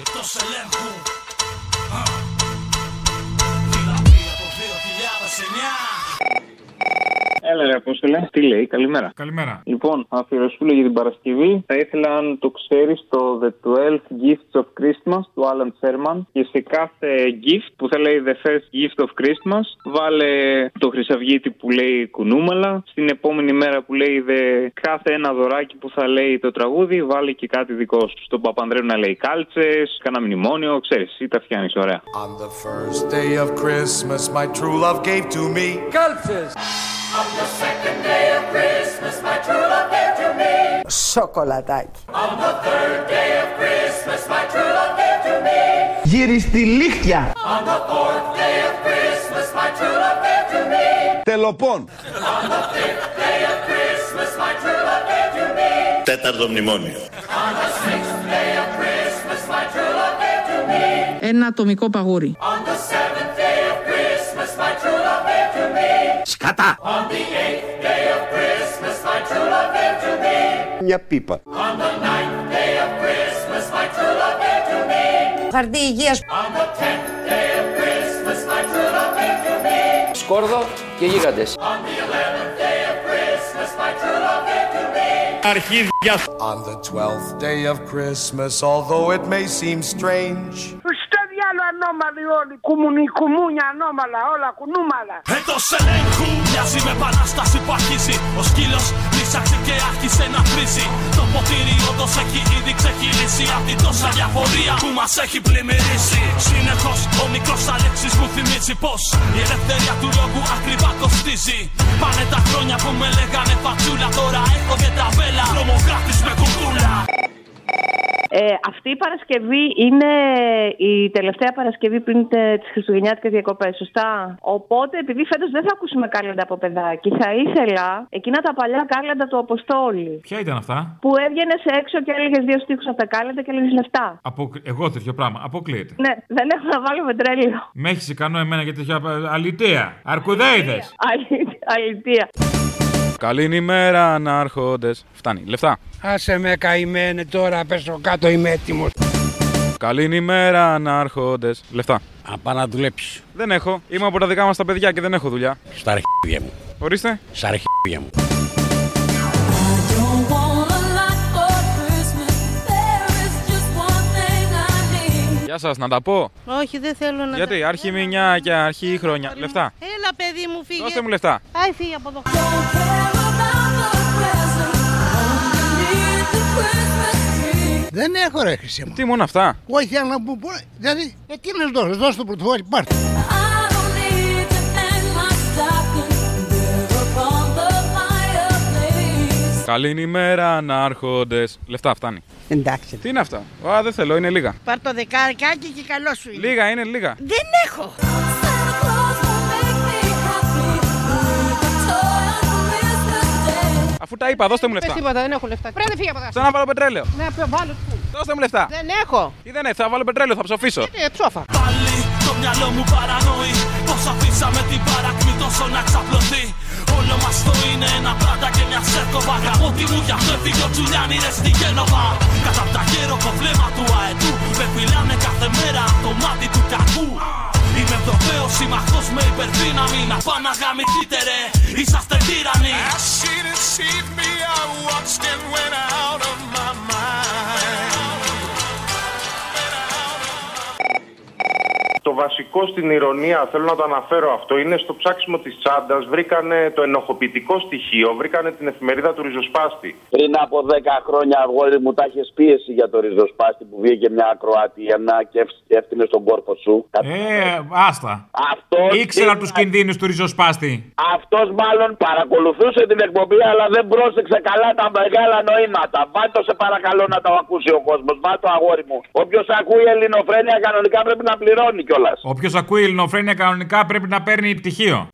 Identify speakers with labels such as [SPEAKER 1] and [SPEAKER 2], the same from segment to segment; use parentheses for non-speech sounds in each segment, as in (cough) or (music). [SPEAKER 1] εκτός ελέγχου Ah. Φυλαπή από 2009
[SPEAKER 2] Έλα, ρε Απόστολε. Τι λέει, καλημέρα.
[SPEAKER 3] Καλημέρα.
[SPEAKER 2] Λοιπόν, αφιερωσούλα για την Παρασκευή. Θα ήθελα αν το ξέρεις το The 12 Gifts of Christmas του Alan Sherman. Και σε κάθε gift που θα λέει The First Gift of Christmas, βάλε το χρυσαυγίτη που λέει κουνούμαλα. Στην επόμενη μέρα που λέει The κάθε ένα δωράκι που θα λέει το τραγούδι, βάλε και κάτι δικό σου. Στον Παπανδρέου να λέει κάλτσες, κανένα μνημόνιο, ξέρεις, ή τα φτιάνει ωραία.
[SPEAKER 4] On the first day of Christmas, my true love gave to me.
[SPEAKER 5] Κάλτσες! On the second day of Christmas, my true love gave to me. Σοκολατάκι. On the third day of Christmas, my true love gave to me.
[SPEAKER 6] Γύριστη λίχτια.
[SPEAKER 5] On the fourth day of Christmas, my true love gave to me. On
[SPEAKER 6] Τελοπών.
[SPEAKER 5] the fifth day of Christmas, my true love gave to me.
[SPEAKER 7] Τέταρτο μνημόνιο.
[SPEAKER 5] On the sixth day of Christmas, my true love gave to me.
[SPEAKER 8] Ένα ατομικό παγούρι.
[SPEAKER 5] On the seventh day of Christmas, my true love gave to me.
[SPEAKER 6] Σκατά.
[SPEAKER 5] On the eighth day of Christmas, my true love gave to me.
[SPEAKER 6] Μια πίπα.
[SPEAKER 5] On the ninth day of Christmas, my true love gave to me.
[SPEAKER 9] Χαρτί υγείας.
[SPEAKER 5] On the tenth day of Christmas, my true love gave to me.
[SPEAKER 10] Σκόρδο και γίγαντες.
[SPEAKER 5] On the eleventh day of Christmas, my true love gave to me.
[SPEAKER 4] Αρχίδια. On the twelfth day of Christmas, although it may seem strange.
[SPEAKER 11] Στο διάλογο ανώμαλοι όλοι. Κουμουνι, κουμούνια ανώμαλα, όλα κουνούμαλα.
[SPEAKER 1] Έτος ελέγχου μοιάζει με επανάσταση που αρχίζει Ο σκύλος λύσαξε και άρχισε να φρίζει Το ποτήρι όντως έχει ήδη ξεχυλήσει Απ' την τόσα διαφορία που μας έχει πλημμυρίσει Συνεχώς ο μικρός Αλέξης μου θυμίζει πως Η ελευθερία του λόγου ακριβά κοστίζει Πάνε τα χρόνια που με λέγανε φατσούλα Τώρα έχω και τα βέλα, τρομοκράτης με κουκούλα
[SPEAKER 12] Ε, αυτή η Παρασκευή είναι η τελευταία Παρασκευή πριν ε, τις Χριστουγεννιάτικες διακοπές, σωστά. Οπότε, επειδή φέτος δεν θα ακούσουμε κάλαντα από παιδάκι, θα ήθελα εκείνα τα παλιά κάλαντα του Αποστόλη.
[SPEAKER 3] Ποια ήταν αυτά.
[SPEAKER 12] Που έβγαινε έξω και έλεγε δύο στίχους από τα κάλαντα και έλεγες λεφτά.
[SPEAKER 3] Αποκ... Εγώ τέτοιο πράγμα. Αποκλείεται.
[SPEAKER 12] Ναι, δεν έχω να βάλω πετρέλαιο.
[SPEAKER 3] Με έχεις ικανό εμένα για τέτοια αλητεία. Αρκουδέιδε.
[SPEAKER 12] Αλη- Αλήθεια.
[SPEAKER 13] Καληνημέρα, ανάρχοντες. Φτάνει. Λεφτά.
[SPEAKER 14] Άσε με καημένε τώρα, πέσω κάτω, είμαι έτοιμος.
[SPEAKER 13] Καληνημέρα, ανάρχοντες. Λεφτά.
[SPEAKER 15] Αν πάω να δουλέψει.
[SPEAKER 13] Δεν έχω. Είμαι από τα δικά μας τα παιδιά και δεν έχω δουλειά.
[SPEAKER 15] Στα αρχίδια μου.
[SPEAKER 13] Ορίστε.
[SPEAKER 15] Στα αρχίδια μου.
[SPEAKER 5] Don't want a lot for Christmas. There is just one thing I need.
[SPEAKER 13] Γεια σας, να τα πω.
[SPEAKER 16] Όχι, δεν θέλω να.
[SPEAKER 13] Γιατί, αρχή μηνιά και αρχή χρόνια. Λεφτά.
[SPEAKER 16] Έλα, παιδί μου, φύγε.
[SPEAKER 13] Δώστε μου λεφτά.
[SPEAKER 16] Άι, φύγε από εδώ.
[SPEAKER 14] Δεν έχω ρε χρυσή μου.
[SPEAKER 13] Τι μόνο αυτά.
[SPEAKER 14] Όχι, θέλω να μου πω. Δηλαδή, ε, τι να σου δώσω, δώσω το πρωτοβόλι, πάρτε.
[SPEAKER 13] Καληνημέρα, ανάρχοντες. Λεφτά, φτάνει.
[SPEAKER 16] Εντάξει.
[SPEAKER 13] Τι είναι αυτά. Α, δεν θέλω, είναι λίγα.
[SPEAKER 16] Πάρ το δεκαρικάκι και καλό σου είναι.
[SPEAKER 13] Λίγα είναι λίγα.
[SPEAKER 16] Δεν έχω.
[SPEAKER 13] Αφού τα είπα, δώστε μου
[SPEAKER 16] Πες
[SPEAKER 13] λεφτά.
[SPEAKER 16] τίποτα, δεν έχω λεφτά. Πρέπει να φύγει από εδώ.
[SPEAKER 13] Σαν να βάλω πετρέλαιο.
[SPEAKER 16] Να πε- Ναι, βάλω πού.
[SPEAKER 13] Δώστε μου λεφτά.
[SPEAKER 16] Δεν έχω.
[SPEAKER 13] Τι δεν έχει, θα βάλω πετρέλαιο, θα ψοφήσω.
[SPEAKER 16] Ε, ψόφα.
[SPEAKER 1] Πάλι το μυαλό μου παρανοεί Πως αφήσαμε την παρακμή τόσο να ξαπλωθεί Όλο μας το είναι ένα πράγμα και μια σέρκοβα Γαμώτη μου γι' αυτό έφυγε ο Τζουλιάνι ρε στη Γένοβα Κατά απ' τα γέροχο βλέμμα του αετού Με φυλάνε κάθε μέρα απ' το μάτι του κακού Είμαι Ευρωπαίος συμμαχός με υπερδύναμη Να πάω να γαμηθείτε ρε, είσαστε τύρανοι
[SPEAKER 4] She deceived me, I watched and went out of my mind.
[SPEAKER 17] Το βασικό στην ηρωνία, θέλω να το αναφέρω αυτό, είναι στο ψάξιμο της τσάντας βρήκανε το ενοχοποιητικό στοιχείο, βρήκανε την εφημερίδα του ριζοσπάστη.
[SPEAKER 18] Πριν από 10 χρόνια, αγόρι μου, τα είχες πίεση για το ριζοσπάστη που βγήκε μια Κροατιανά και έφ- έφτιανε στον κόρπο σου.
[SPEAKER 3] Ε, άστα.
[SPEAKER 18] Αυτός
[SPEAKER 3] Ήξερα τους κινδύνους του ριζοσπάστη.
[SPEAKER 18] Αυτός μάλλον παρακολουθούσε την εκπομπή, αλλά δεν πρόσεξε καλά τα μεγάλα νοήματα. Βάτο σε παρακαλώ να τα ακούσει ο κόσμος. Βάτο, αγόρι μου. Όποιος ακούει ελληνοφρένεια κανονικά πρέπει να πληρώνει κιόλας.
[SPEAKER 3] Όποιος ακούει ελληνοφρένεια κανονικά πρέπει να παίρνει πτυχίο.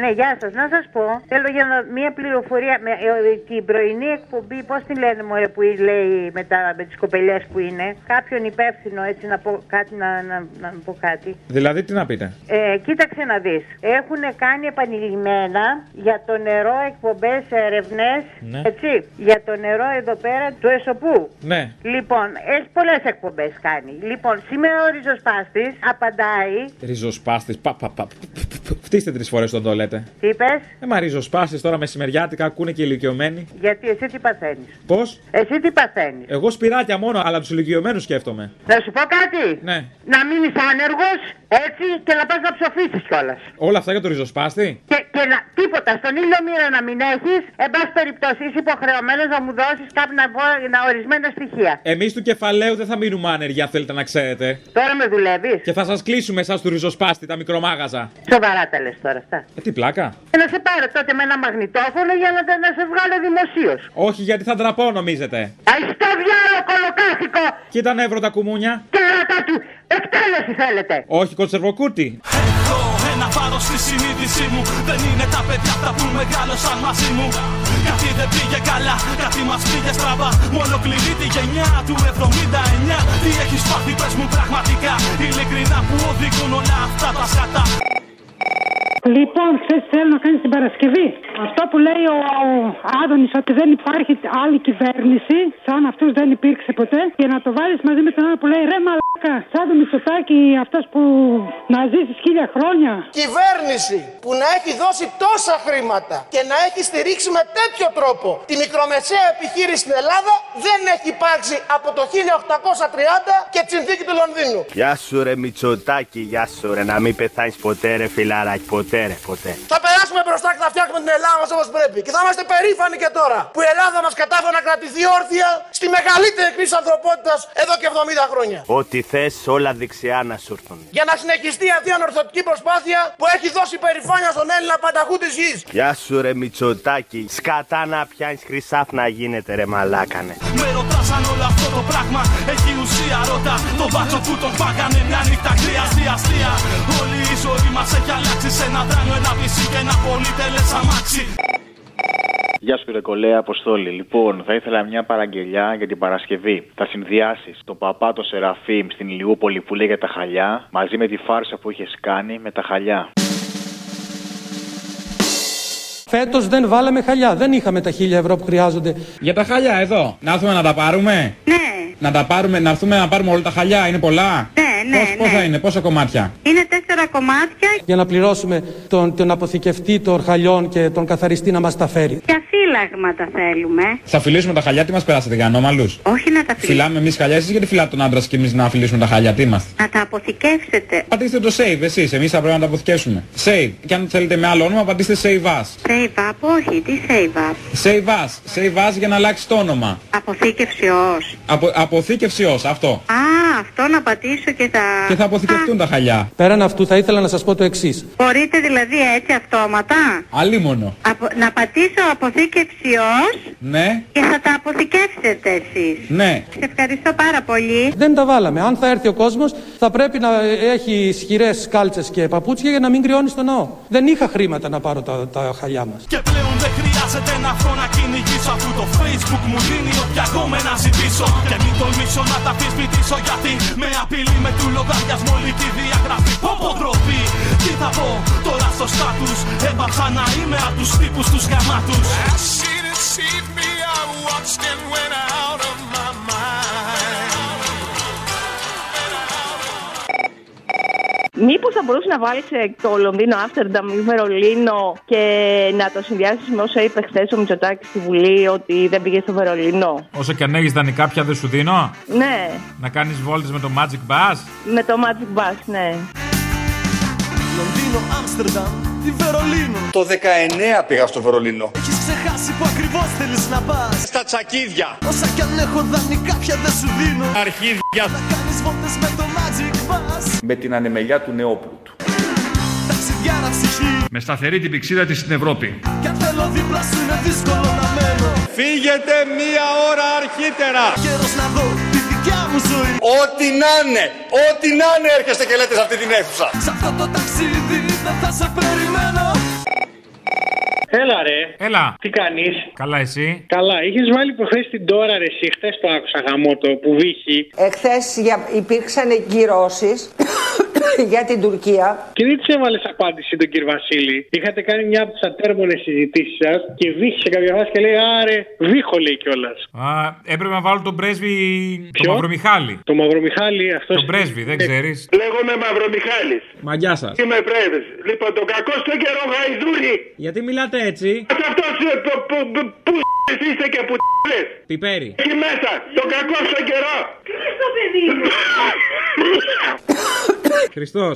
[SPEAKER 16] Ναι, γεια σας. Να σας πω, θέλω για να- μια πληροφορία. Με, ε, ε, την πρωινή εκπομπή, πώς τη λένε μωρέ που λέει με, τα, με τις κοπελιές που είναι. Κάποιον υπεύθυνο, έτσι να πω κάτι. Να, να, να πω κάτι.
[SPEAKER 4] Δηλαδή τι να πείτε.
[SPEAKER 16] Ε, κοίταξε να δεις. Έχουν κάνει επανειλημμένα για το νερό εκπομπές, ερευνές,
[SPEAKER 4] Ναι.
[SPEAKER 16] έτσι, για το νερό εδώ πέρα του Εσωπού.
[SPEAKER 4] Ναι.
[SPEAKER 16] Λοιπόν, έχει πολλές εκπομπές κάνει. Λοιπόν, σήμερα ο Ριζοσπάστης απαντάει,
[SPEAKER 4] Ριζοσπάστης. Πα, πα, πα. Φτύστε τρεις φορές τον το λέτε.
[SPEAKER 16] τι είπες,
[SPEAKER 4] Ε, μα ριζοσπάστη τώρα μεσημεριάτικα ακούνε και οι ηλικιωμένοι.
[SPEAKER 16] γιατί εσύ τι παθαίνεις.
[SPEAKER 4] Πώς?
[SPEAKER 16] Εσύ τι παθαίνεις.
[SPEAKER 4] Εγώ σπυράκια μόνο, αλλά τους ηλικιωμένους σκέφτομαι.
[SPEAKER 16] Να σου πω κάτι.
[SPEAKER 4] Ναι.
[SPEAKER 16] Να μείνεις άνεργος, έτσι, και να πας να ψοφήσεις κιόλας.
[SPEAKER 4] Όλα αυτά για το ριζοσπάστη.
[SPEAKER 16] Και, και να, τίποτα, στον ήλιο μοίρα να μην έχεις, εν πάση περιπτώσει είσαι υποχρεωμένος να μου δώσεις κάποια ορισμένα στοιχεία.
[SPEAKER 4] Εμείς του κεφαλαίου δεν θα μείνουμε άνεργοι, αν θέλετε να ξέρετε.
[SPEAKER 16] Τώρα με δουλεύεις.
[SPEAKER 4] Και θα σας κλείσουμε εσά του ριζοσπάστη, τα μικρομάγαζα.
[SPEAKER 16] Σοβαρά τα λες τώρα αυτά.
[SPEAKER 4] Ε, τι πλάκα.
[SPEAKER 16] Ε, Να σε πάρω τότε με ένα μαγνητόφωνο για να, τα- να σε βγάλω δημοσίως.
[SPEAKER 4] Όχι γιατί θα ντραπώ, νομίζετε.
[SPEAKER 16] Αϊ στο διάλογο κολοκάθικο!
[SPEAKER 4] Κοίτα νεύρο τα κουμούνια.
[SPEAKER 16] Κερατά του! Εκτέλεση θέλετε!
[SPEAKER 4] Όχι κονσερβοκούτι.
[SPEAKER 1] Ένα βάρο στη συνείδησή μου δεν είναι τα παιδιά αυτά που μεγάλωσαν μαζί μου. Κάτι δεν πήγε καλά, κάτι μας πήγε στραβά. Μόνο κλειδί τη γενιά του 79. Τι έχεις πάθει, πες μου πραγματικά. Ειλικρινά που οδηγούν όλα αυτά τα σκατά.
[SPEAKER 19] Λοιπόν, ξέρεις τι θέλω να κάνεις την Παρασκευή. Αυτό που λέει ο Άδωνης ότι δεν υπάρχει άλλη κυβέρνηση, σαν αυτούς δεν υπήρξε ποτέ, και να το βάλεις μαζί με τον άλλο που λέει ρε μαλάκα, σαν το Μητσοτάκη, αυτός που να ζήσει χίλια χρόνια.
[SPEAKER 6] Κυβέρνηση που να έχει δώσει τόσα χρήματα και να έχει στηρίξει με τέτοιο τρόπο τη μικρομεσαία επιχείρηση στην Ελλάδα δεν έχει υπάρξει από το 1830 και τη συνθήκη του Λονδίνου.
[SPEAKER 17] Γεια σου ρε Μητσοτάκη, γεια σου ρε, να μην πεθάνεις ποτέ ρε φιλαράκι, ποτέ ρε, ποτέ.
[SPEAKER 6] Θα περάσουμε μπροστά και θα φτιάξουμε την Ελλάδα μας όπως πρέπει. Και θα είμαστε περήφανοι και τώρα που η Ελλάδα μας κατάφερε να κρατηθεί όρθια στη μεγαλύτερη κρίση της ανθρωπότητας εδώ και 70 χρόνια.
[SPEAKER 17] Ό,τι θες όλα δεξιά να σου έρθουν.
[SPEAKER 6] Για να συνεχιστεί αυτή η ανορθωτική προσπάθεια που έχει δώσει περηφάνεια στον Έλληνα πανταχού της γης.
[SPEAKER 17] Γεια σου ρε Μητσοτάκη, σκατά να πιάνεις χρυσάφ να γίνεται ρε μαλάκανε.
[SPEAKER 1] Με ρωτάς αν όλο αυτό το πράγμα έχει ουσία ρώτα Το μπάτσο που τον φάγανε μια νύχτα κρύα στη αστεία Όλη η ζωή μας έχει αλλάξει σε ένα δράνο, ένα πισί και ένα πολυτελές αμάξι
[SPEAKER 20] Γεια σου, Ρεκολέα Αποστόλη. Λοιπόν, θα ήθελα μια παραγγελιά για την Παρασκευή. Θα συνδυάσεις τον παπά τον Σεραφείμ στην Ηλιούπολη που λέει για τα χαλιά μαζί με τη φάρσα που είχες κάνει με τα χαλιά.
[SPEAKER 21] Φέτος δεν βάλαμε χαλιά. Δεν είχαμε τα χίλια ευρώ που χρειάζονται.
[SPEAKER 4] Για τα χαλιά εδώ. Να έρθουμε να τα πάρουμε.
[SPEAKER 8] Ναι,
[SPEAKER 4] Να τα πάρουμε, να έρθουμε να πάρουμε όλα τα χαλιά. Είναι πολλά.
[SPEAKER 8] ναι, ναι. ναι.
[SPEAKER 4] Πόσα είναι, πόσα κομμάτια.
[SPEAKER 8] Είναι τέσσερα κομμάτια
[SPEAKER 21] Για να πληρώσουμε τον, τον αποθηκευτή των χαλιών και τον καθαριστή να μας τα φέρει.
[SPEAKER 8] και αφύλαγματα θέλουμε.
[SPEAKER 4] Θα φιλήσουμε τα χαλιά, τι μας περάσετε για ανώμαλου.
[SPEAKER 8] Όχι να τα φύλαγμα.
[SPEAKER 4] Φιλάμε εμείς χαλιά, εσείς γιατί φιλάτε τον άντρα και εμείς να φιλήσουμε τα χαλιά, τι είμαστε.
[SPEAKER 8] Να τα αποθηκεύσετε.
[SPEAKER 4] Πατήστε το save εσείς, εμείς θα πρέπει να τα αποθηκεύσουμε. Save. Και αν θέλετε με άλλο όνομα, πατήστε save us.
[SPEAKER 8] Save up, όχι, τι save up.
[SPEAKER 4] Save us, save us για να αλλάξει το όνομα.
[SPEAKER 8] Αποθήκευση ως.
[SPEAKER 4] Απο, αποθήκευση ως, αυτό.
[SPEAKER 8] Α, αυτό να πατήσω και θα...
[SPEAKER 4] Και θα αποθηκευτούν τα χαλιά.
[SPEAKER 21] Πέραν αυτού, θα ήθελα να σας πω το εξής.
[SPEAKER 8] Μπορείτε δηλαδή έτσι αυτόματα.
[SPEAKER 4] Αλίμονο.
[SPEAKER 8] Απο- Να πατήσω αποθήκευση ως
[SPEAKER 4] Ναι,
[SPEAKER 8] και θα τα αποθηκεύσετε εσείς.
[SPEAKER 4] ναι.
[SPEAKER 8] Σε ευχαριστώ πάρα πολύ.
[SPEAKER 21] Δεν τα βάλαμε. Αν θα έρθει ο κόσμος, θα πρέπει να έχει ισχυρές κάλτσες και παπούτσια για να μην κρυώνει στο ναό. Δεν είχα χρήματα να πάρω τα, τα χαλιά μας.
[SPEAKER 1] Και πλέον δεν χρειάζεται ένα αυτό να κυνηγήσω Αφού το facebook μου δίνει όποια εγώ με να ζητήσω Και μην τολμήσω να τα αφισβητήσω γιατί Με απειλεί με του λογαριασμό λυκή διαγραφή Πόπο ντροπή, τι θα πω τώρα στο στάτους Έπαψα να είμαι απ' τους τύπους τους γαμάτους
[SPEAKER 22] She deceived me, I watched and went out of my mind.
[SPEAKER 12] Μήπως θα μπορούσε να βάλεις το Λονδίνο, Άμστερνταμ ή Βερολίνο και να το συνδυάσεις με όσα είπε χθες ο Μητσοτάκης στη Βουλή ότι δεν πήγες στο Βερολίνο.
[SPEAKER 23] Όσο και αν έχεις δανεικά, πια δεν σου δίνω.
[SPEAKER 12] Ναι,
[SPEAKER 23] Να κάνεις βόλτες με το Magic Bus.
[SPEAKER 12] με το Magic Bus, ναι.
[SPEAKER 24] Λονδίνο, Άμστερνταμ, τη Βερολίνο.
[SPEAKER 25] Το 19 πήγα στο Βερολίνο.
[SPEAKER 24] Έχεις ξεχάσει που ακριβώς θέλεις να πας Στα τσακίδια Όσα κι αν έχω δανεικά πια δεν σου δίνω Αρχίδια Θα κάνεις βόλτες με το Magic Bus
[SPEAKER 25] Με την ανεμελιά του Νεόπλου.
[SPEAKER 24] Ταξιδιάρα ψυχή
[SPEAKER 23] Με σταθερή την πηξίδα της στην Ευρώπη.
[SPEAKER 24] Κι αν θέλω δίπλα σου είναι δύσκολο να μένω Φύγετε μία ώρα αρχίτερα Γέρος να δω τι
[SPEAKER 26] δικιά μου ζωή.
[SPEAKER 27] Ό,τι να είναι, ό,τι να είναι έρχεστε και λέτε σε αυτή την αίθουσα.
[SPEAKER 26] Σε αυτό το ταξίδι δεν θα σε περιμένω.
[SPEAKER 6] Έλα ρε.
[SPEAKER 4] Έλα.
[SPEAKER 6] Τι κάνεις.
[SPEAKER 4] Καλά, εσύ.
[SPEAKER 6] Καλά, είχες βάλει προχθές την τώρα ρε. Εσύ χθες το άκουσα χαμότο που βύχει.
[SPEAKER 16] Εχθές για- υπήρξαν κυρώσεις (coughs) για την Τουρκία. (coughs)
[SPEAKER 6] Και δεν της έβαλες απάντηση τον κύριο Βασίλη. Είχατε κάνει μια από τις ατέρμονες συζητήσεις σας και βύχησε κάποια φάση και λέει Άρε, βύχω λέει κιόλας.
[SPEAKER 4] Α, έπρεπε να βάλω τον πρέσβη. Τον Μαυρομιχάλη.
[SPEAKER 6] Το Μαυρομιχάλη, αυτός.
[SPEAKER 4] Τον πρέσβη, δεν ξέρεις.
[SPEAKER 17] Λέγομαι Μαυρομιχάλης.
[SPEAKER 4] Μαγιά σας.
[SPEAKER 17] Είμαι πρέσβης. Λοιπόν, τον κακό στον καιρό γαϊδούρι.
[SPEAKER 28] Γιατί μιλάτε έτσι,
[SPEAKER 17] Ας αυτός ε, που, που, που, που είστε και που λες.
[SPEAKER 28] Πιπέρι.
[SPEAKER 17] Εκεί μέσα, τον κακό στον καιρό. Κλείστο παιδί μου.
[SPEAKER 28] Χριστός.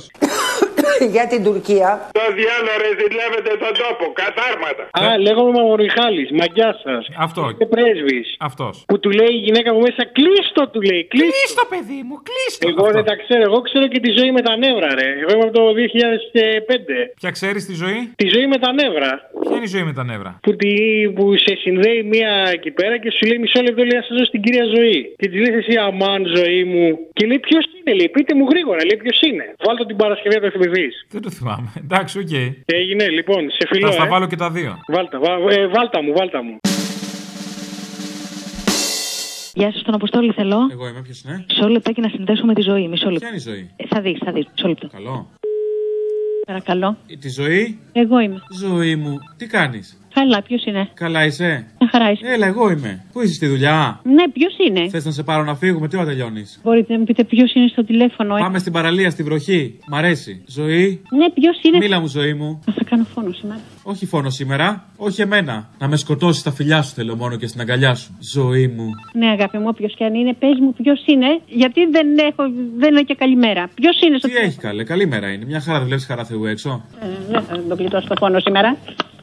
[SPEAKER 16] για την Τουρκία.
[SPEAKER 17] Το διάλογο ρε ζηλεύετε τον τόπο, κατάρματα.
[SPEAKER 6] Α, λέγομαι Μαυρομιχάλη, μαγιά σας.
[SPEAKER 4] Αυτό.
[SPEAKER 6] Και πρέσβης.
[SPEAKER 4] Αυτός.
[SPEAKER 6] Που του λέει η γυναίκα μου μέσα, κλείστο του λέει. Κλείστο,
[SPEAKER 4] παιδί μου, κλείστο.
[SPEAKER 6] Εγώ δεν τα ξέρω. Εγώ ξέρω και τη ζωή με τα νεύρα, ρε. Εγώ είμαι από το 2005.
[SPEAKER 4] Ποια ξέρεις τη ζωή?
[SPEAKER 6] Τη ζωή με τα νεύρα.
[SPEAKER 4] Ποια είναι η ζωή με τα νεύρα.
[SPEAKER 6] Που, τη, που σε συνδέει μία εκεί πέρα και σου λέει μισό λεπτό λέει να σε δώσω την κυρία ζωή. Και της λες εσύ αμάν ζωή μου. Και λέει ποιος είναι, λέει πείτε μου γρήγορα, λέει ποιος είναι. Βάλτε την Παρασκευή να το θυμηθείς.
[SPEAKER 4] Δεν το θυμάμαι. Εντάξει, οκ.
[SPEAKER 6] Έγινε λοιπόν, σε φιλό.
[SPEAKER 4] Θα στα
[SPEAKER 6] ε.
[SPEAKER 4] βάλω και τα δύο.
[SPEAKER 6] Βάλτα, βα- ε, βάλτα μου, βάλτα μου.
[SPEAKER 8] Γεια σας, τον Αποστόλη θέλω.
[SPEAKER 4] Εγώ είμαι, ποιος είναι.
[SPEAKER 8] Μισό λεπτάκι να συνδέσω με τη ζωή. Μισό λεπτό.
[SPEAKER 4] Ποια είναι η ζωή.
[SPEAKER 8] Ε, Θα δεις, θα δεις. Μισό λεπτό.
[SPEAKER 4] Καλό.
[SPEAKER 8] Παρακαλώ.
[SPEAKER 4] Ε, Τη ζωή.
[SPEAKER 8] Εγώ είμαι.
[SPEAKER 4] Ζωή μου, τι κάνεις.
[SPEAKER 8] Καλά, ποιος είναι.
[SPEAKER 4] Καλά είσαι.
[SPEAKER 8] Μια χαρά είσαι.
[SPEAKER 4] Έλα, εγώ είμαι. Πού είσαι στη δουλειά.
[SPEAKER 8] Ναι, ποιος είναι.
[SPEAKER 4] Θες να σε πάρω να φύγουμε, τι ώρα τελειώνεις.
[SPEAKER 8] Μπορείτε να μου πείτε ποιος είναι στο τηλέφωνο. ε?
[SPEAKER 4] Πάμε στην παραλία, στη βροχή. Μ' αρέσει. Ζωή.
[SPEAKER 8] Ναι, ποιος είναι.
[SPEAKER 4] Μίλα μου, ζωή μου.
[SPEAKER 8] Θα κάνω φόνο σήμερα.
[SPEAKER 4] Όχι φόνο σήμερα, όχι εμένα. Να με σκοτώσεις τα φιλιά σου θέλω μόνο και στην αγκαλιά σου. Ζωή μου.
[SPEAKER 8] Ναι, αγάπη μου, όποιος και αν είναι, πες μου ποιος είναι. Γιατί δεν έχω, δεν έχω και καλημέρα. Ποιος είναι στο
[SPEAKER 4] Τι έχει καλέ, καλή μέρα είναι. Μια χαρά δεν βλέπει χαρά Θεού έξω.
[SPEAKER 8] Ε, δεν θα τον πληρώσω το πόνο σήμερα.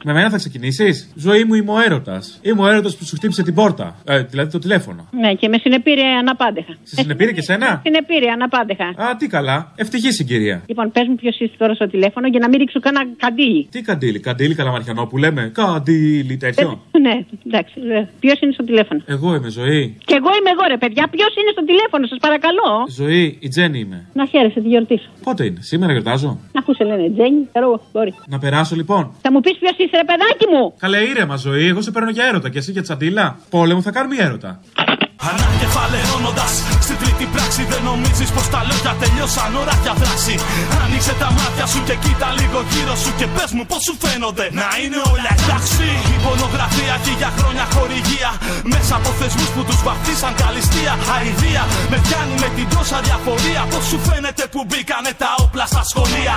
[SPEAKER 4] Με μένα θα ξεκινήσεις. Ζωή μου είμαι ο έρωτας. Είμαι ο έρωτας που σου χτύπησε την πόρτα. Ε, δηλαδή το τηλέφωνο.
[SPEAKER 8] Ναι, και με συνεπήρε αναπάντεχα.
[SPEAKER 4] Σε συνεπήρε και σένα.
[SPEAKER 8] (laughs) Συνεπήρε αναπάντεχα.
[SPEAKER 4] Α, τι καλά. Ευτυχή συγκυρία.
[SPEAKER 8] Λοιπόν, πες μου ποιος είσαι τώρα στο τηλέφωνο για να μην ρίξω κανένα καντήλι.
[SPEAKER 4] Τι καντήλι, καντήλι καλαμαριανό που λέμε. Καντήλι τέτοιο.
[SPEAKER 8] Ναι, εντάξει. Ποιος είναι στο τηλέφωνο.
[SPEAKER 4] Εγώ είμαι ζωή.
[SPEAKER 8] Κι εγώ είμαι εγώ, ρε παιδιά. Ποιος είναι στο τηλέφωνο, σας παρακαλώ.
[SPEAKER 4] Ζωή, η Τζέννη είμαι.
[SPEAKER 8] Να χαίρεσαι τη γιορτή σου.
[SPEAKER 4] Πότε είναι, σήμερα γιορτάζω.
[SPEAKER 8] Να ακούσε λένε Τζένι, ξέρω εγώ, μπορεί.
[SPEAKER 4] Να περάσω λοιπόν.
[SPEAKER 8] Θα μου πεις ποιος είσαι, ρε παιδάκι μου.
[SPEAKER 4] Καλέ ήρεμα ζωή, εγώ σε παίρνω για έρωτα και εσύ για τσαντίλα. Πόλεμο θα κάνουμε έρωτα.
[SPEAKER 1] Ανακεφαλαιώνοντας στην τρίτη πράξη Δεν νομίζεις πως τα λόγια τελειώσαν ώρα για δράση Άνοιξε τα μάτια σου και κοίτα λίγο γύρω σου Και πες μου πως σου φαίνονται να είναι όλα εντάξει Η πονογραφία και για χρόνια χορηγία Μέσα από θεσμούς που τους βαφτίσαν καλυστία Αηδία με πιάνει με την τόσα διαφορία Πως σου φαίνεται που μπήκανε τα όπλα στα σχολεία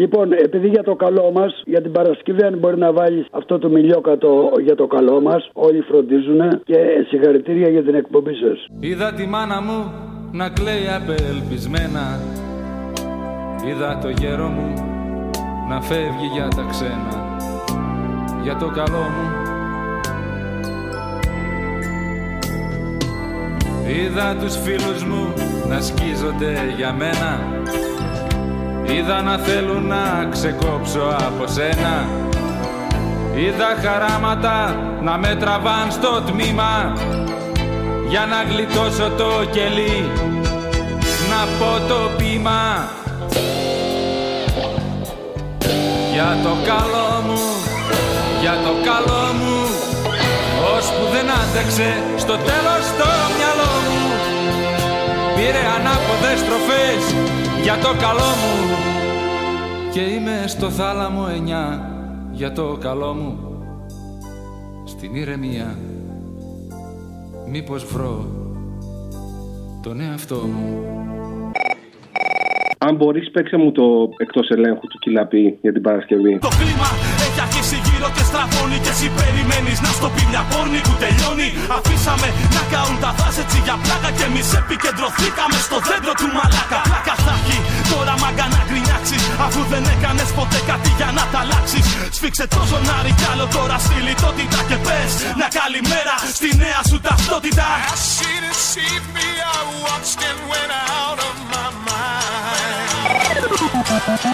[SPEAKER 29] Λοιπόν, επειδή για το καλό μας, για την Παρασκευή, αν μπορεί να βάλεις αυτό το μιλιόκατο για το καλό μας, όλοι φροντίζουν και συγχαρητήρια για την εκπομπή σας.
[SPEAKER 8] Είδα τη μάνα μου να κλαίει απελπισμένα Είδα το γέρο μου να φεύγει για τα ξένα Για το καλό μου Είδα τους φίλους μου να σκίζονται για μένα Είδα να θέλουν να ξεκόψω από σένα Είδα χαράματα να με τραβάν στο τμήμα για να γλιτώσω το κελί να πω το πείμα για το καλό μου για το καλό μου ώσπου δεν άντεξε στο τέλος το μυαλό μου πήρε ανάποδες στροφές για το καλό μου και είμαι στο θάλαμο εννιά για το καλό μου στην ηρεμία μήπως βρω τον εαυτό μου.
[SPEAKER 2] Αν μπορείς, παίξε μου το εκτός ελέγχου του κυλαπή για την Παρασκευή.
[SPEAKER 1] Το κλίμα έχει αρχίσει γύρω και στραβώνει Και εσύ περιμένεις να στο πει μια πόρνη που τελειώνει Αφήσαμε να καούν τα δάση έτσι για πλάκα Και εμείς επικεντρωθήκαμε στο δέντρο του μαλάκα Πλάκα θα έχει τώρα μάγκα να γκρινιάξεις Αφού δεν έκανες ποτέ κάτι για να τα αλλάξεις Σφίξε το ζωνάρι κι άλλο τώρα στη λιτότητα Και πες να καλημέρα στη νέα σου ταυτότητα
[SPEAKER 30] As she deceived me, I watched and went out of my mind.